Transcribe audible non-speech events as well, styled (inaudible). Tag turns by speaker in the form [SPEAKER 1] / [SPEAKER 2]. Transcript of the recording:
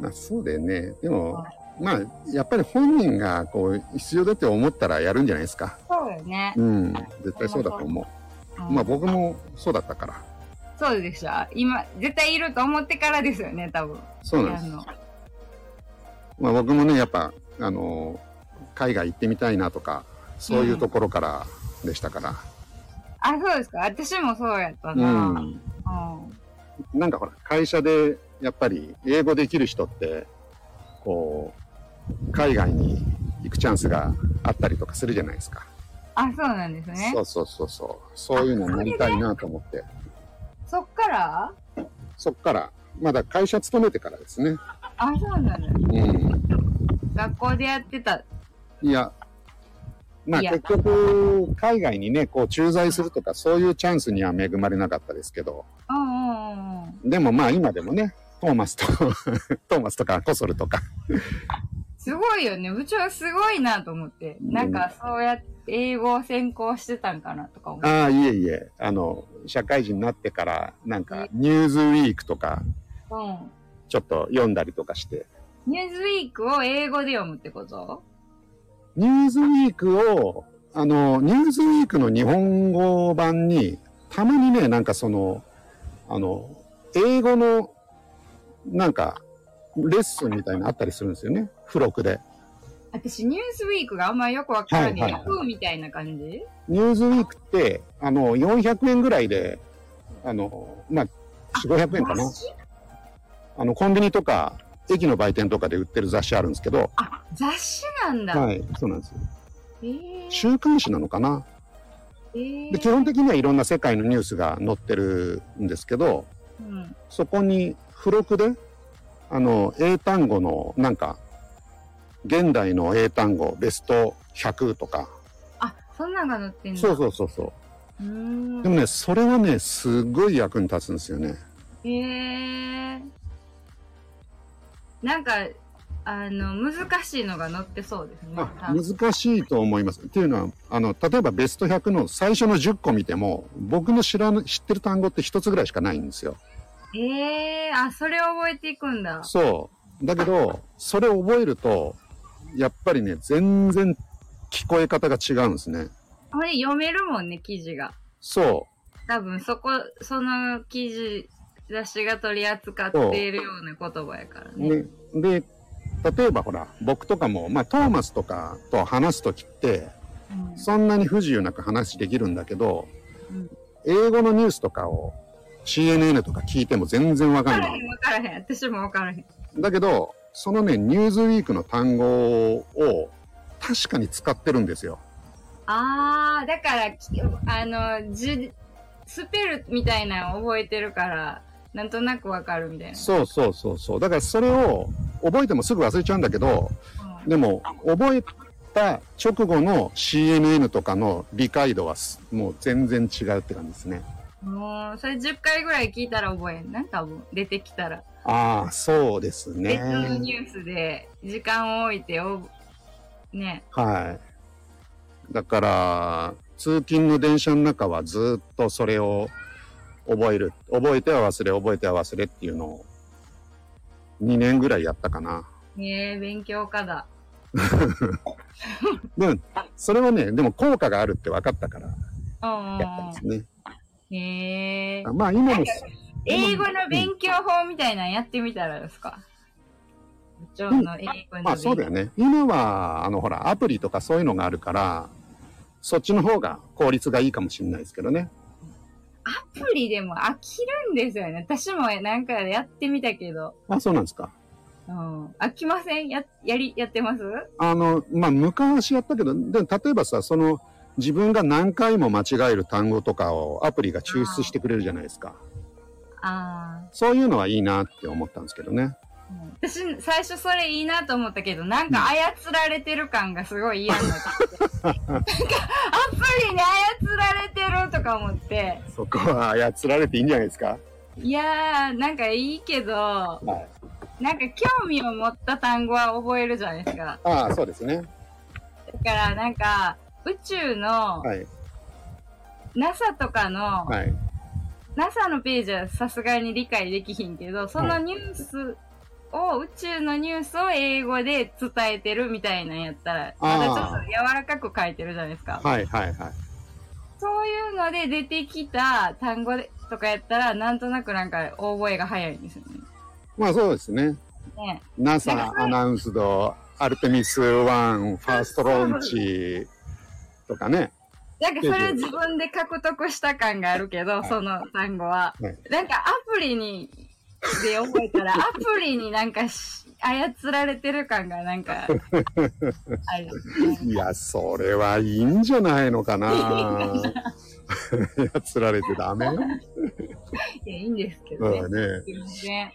[SPEAKER 1] まあそうだよね。でも、まあ、やっぱり本人がこう必要だって思ったらやるんじゃないですか。
[SPEAKER 2] そうよね。
[SPEAKER 1] うん、絶対そうだと思う。まあ僕もそうだったから。
[SPEAKER 2] そうでしょ今、絶対いると思ってからですよね、多分。
[SPEAKER 1] そうなんです。
[SPEAKER 2] あの
[SPEAKER 1] まあ僕もね、やっぱ、あの、海外行ってみたいなとか、そういうところからでしたから。
[SPEAKER 2] あ、そうですか。私もそうやった
[SPEAKER 1] う
[SPEAKER 2] な。うん。
[SPEAKER 1] ん。なんかほら、会社で、やっぱり、英語できる人って、こう、海外に行くチャンスがあったりとかするじゃないですか。
[SPEAKER 2] あ、そうなんですね
[SPEAKER 1] そ。うそうそうそう。そういうのになりたいなと思って。
[SPEAKER 2] そっから
[SPEAKER 1] そっから、まだ会社勤めてからですね。
[SPEAKER 2] あ、そうなんだ。
[SPEAKER 1] うん。
[SPEAKER 2] 学校でやってた。
[SPEAKER 1] いや、まあ
[SPEAKER 2] いや
[SPEAKER 1] 結局、海外にね、こう駐在するとか、そういうチャンスには恵まれなかったですけど、
[SPEAKER 2] うんうんうんうん。
[SPEAKER 1] でもまあ今でもね、トーマスと、 (laughs) トーマスとかコソルとか、
[SPEAKER 2] すごいよね。部長すごいなと思って。
[SPEAKER 1] うん
[SPEAKER 2] なんかそうやって英語を専攻してたんかなとか思って。
[SPEAKER 1] ああ、いえいえ、あの、社会人になってから、なんか、ニューズウィークとか、
[SPEAKER 2] うん。
[SPEAKER 1] ちょっと読んだりとかして、
[SPEAKER 2] ニューズウィークを英語で読むってこと
[SPEAKER 1] ニューズウィークを、あの、ニューズウィークの日本語版に、たまにね、なんかその、あの、英語の、なんか、レッスンみたいなのあったりするんですよね。付録で。
[SPEAKER 2] 私、ニュースウィークがあんまよくわからない。
[SPEAKER 1] はい
[SPEAKER 2] ヤ
[SPEAKER 1] はい
[SPEAKER 2] フーみたいな感じ
[SPEAKER 1] ニューズウィークって、あの、400円ぐらいで、あの、まあ、4、500円かな。あの、コンビニとか、駅の売店とかで売ってる雑誌あるんですけど、
[SPEAKER 2] あ、雑誌なんだ。
[SPEAKER 1] はい、そうなんですよ。
[SPEAKER 2] えー、
[SPEAKER 1] 週刊誌なのかな
[SPEAKER 2] えー
[SPEAKER 1] で基本的にはいろんな世界のニュースが載ってるんですけど、
[SPEAKER 2] うん。
[SPEAKER 1] そこに付録で、あの、英単語の、なんか、現代の英単語ベスト100とか、
[SPEAKER 2] あ、そんなんが載ってんの
[SPEAKER 1] そうそうそうそう
[SPEAKER 2] ー
[SPEAKER 1] う。
[SPEAKER 2] ん
[SPEAKER 1] で。もね、それはね、すごい役に立つんですよね。
[SPEAKER 2] えー、なんか、あの、難しいのが載ってそうですね。多分
[SPEAKER 1] 難しいと思います。っていうのは、あの、例えばベスト100の最初の10個見ても、僕の知らぬ、知ってる単語って一つぐらいしかないんですよ。
[SPEAKER 2] ええあ、それを覚えていくんだ。
[SPEAKER 1] そう。だけど、それを覚えると、やっぱりね、全然聞こえ方が違うんですね。
[SPEAKER 2] これ読めるもんね、記事が。
[SPEAKER 1] そう。
[SPEAKER 2] 多分、そこ、その記事、雑誌が取り扱っているような言葉やからね。
[SPEAKER 1] ね、で例えばほら僕とかも、まあ、トーマスとかと話す時って
[SPEAKER 2] うん
[SPEAKER 1] そんなに不自由なく話できるんだけど、
[SPEAKER 2] うん
[SPEAKER 1] 英語のニュースとかを CNN とか聞いても全然わ
[SPEAKER 2] わ
[SPEAKER 1] か
[SPEAKER 2] か
[SPEAKER 1] ん
[SPEAKER 2] ら
[SPEAKER 1] な
[SPEAKER 2] へん、
[SPEAKER 1] い。
[SPEAKER 2] わからへん。私もわからへん。
[SPEAKER 1] だけどそのね「ニューズウィークの単語を確かに使ってるんですよ。
[SPEAKER 2] あー、だから、きあの、じ、スペルみたいなの覚えてるから、なんとなくわかるみたいな。
[SPEAKER 1] そうそうそうそう。だからそれを覚えてもすぐ忘れちゃうんだけど
[SPEAKER 2] うん
[SPEAKER 1] でも覚えた直後の CNN とかの理解度はすもう全然違うって感じですね。
[SPEAKER 2] もう、それ10回ぐらい聞いたら覚えん。なんかもう、出てきたら。
[SPEAKER 1] ああ、そうですね
[SPEAKER 2] 別。のニュースで、時間を置いてお、ね。
[SPEAKER 1] はい。だから、通勤の電車の中はずっとそれを覚える。覚えては忘れ、覚えては忘れっていうのを2年ぐらいやったかな。
[SPEAKER 2] ねえ、勉強家だ。
[SPEAKER 1] でも、それはね、でも効果があるって分かったから
[SPEAKER 2] うんうん
[SPEAKER 1] やったんですね。
[SPEAKER 2] うん。へえ。
[SPEAKER 1] まあ今も、
[SPEAKER 2] 英語の勉強法みたいなのやってみたらですか部長の英語の勉強。
[SPEAKER 1] まあそうだよね。今は、あのほら、アプリとかそういうのがあるから、そっちの方が効率がいいかもしれないですけどね。
[SPEAKER 2] アプリでも飽きるんですよね。私もなんかやってみたけど。
[SPEAKER 1] あ、そうなんですか。
[SPEAKER 2] うん。飽きませんや、やり、やってます
[SPEAKER 1] あの、まあ、昔やったけど、でも例えばさ、その、自分が何回も間違える単語とかをアプリが抽出してくれるじゃないですか。
[SPEAKER 2] ああ。
[SPEAKER 1] そういうのはいいなって思ったんですけどね。
[SPEAKER 2] うん私、最初それいいなと思ったけど、なんか操られてる感がすごい嫌になってきて。
[SPEAKER 1] (laughs)
[SPEAKER 2] なんか、アプリに操られてるとか思って。
[SPEAKER 1] そこは操られていいんじゃないですか。
[SPEAKER 2] いやー、なんかいいけど、
[SPEAKER 1] はい。
[SPEAKER 2] なんか興味を持った単語は覚えるじゃないですか。
[SPEAKER 1] ああ、そうです
[SPEAKER 2] だ
[SPEAKER 1] ね。
[SPEAKER 2] からなんか、宇宙の
[SPEAKER 1] はい。
[SPEAKER 2] NASA とかの、
[SPEAKER 1] はい。
[SPEAKER 2] NASA のページはさすがに理解できひんけど、そのニュースを、宇宙のニュースを英語で伝えてるみたいなんやったら、
[SPEAKER 1] あー
[SPEAKER 2] まだちょっと柔らかく書いてるじゃないですか。
[SPEAKER 1] はいはいはい。
[SPEAKER 2] そういうので出てきた単語でとかやったら、なんとなくなんか、大声が早いんですよね。
[SPEAKER 1] まあそうですね。
[SPEAKER 2] ね
[SPEAKER 1] NASA
[SPEAKER 2] なんか
[SPEAKER 1] アナウンスド、アルテミス1、ファーストローンチとかね。
[SPEAKER 2] なんかそれ自分で獲得した感があるけど、その単語は。
[SPEAKER 1] はい
[SPEAKER 2] なんかアプリに、で覚えた
[SPEAKER 1] (laughs)
[SPEAKER 2] ら、アプリになんかし操られてる感がなん
[SPEAKER 1] (laughs)
[SPEAKER 2] か、あるよね。
[SPEAKER 1] いや、それはいいんじゃないの (laughs) かな。やつられてダメよ。
[SPEAKER 2] いや、いいんですけどね
[SPEAKER 1] だ。ね。
[SPEAKER 2] 全然。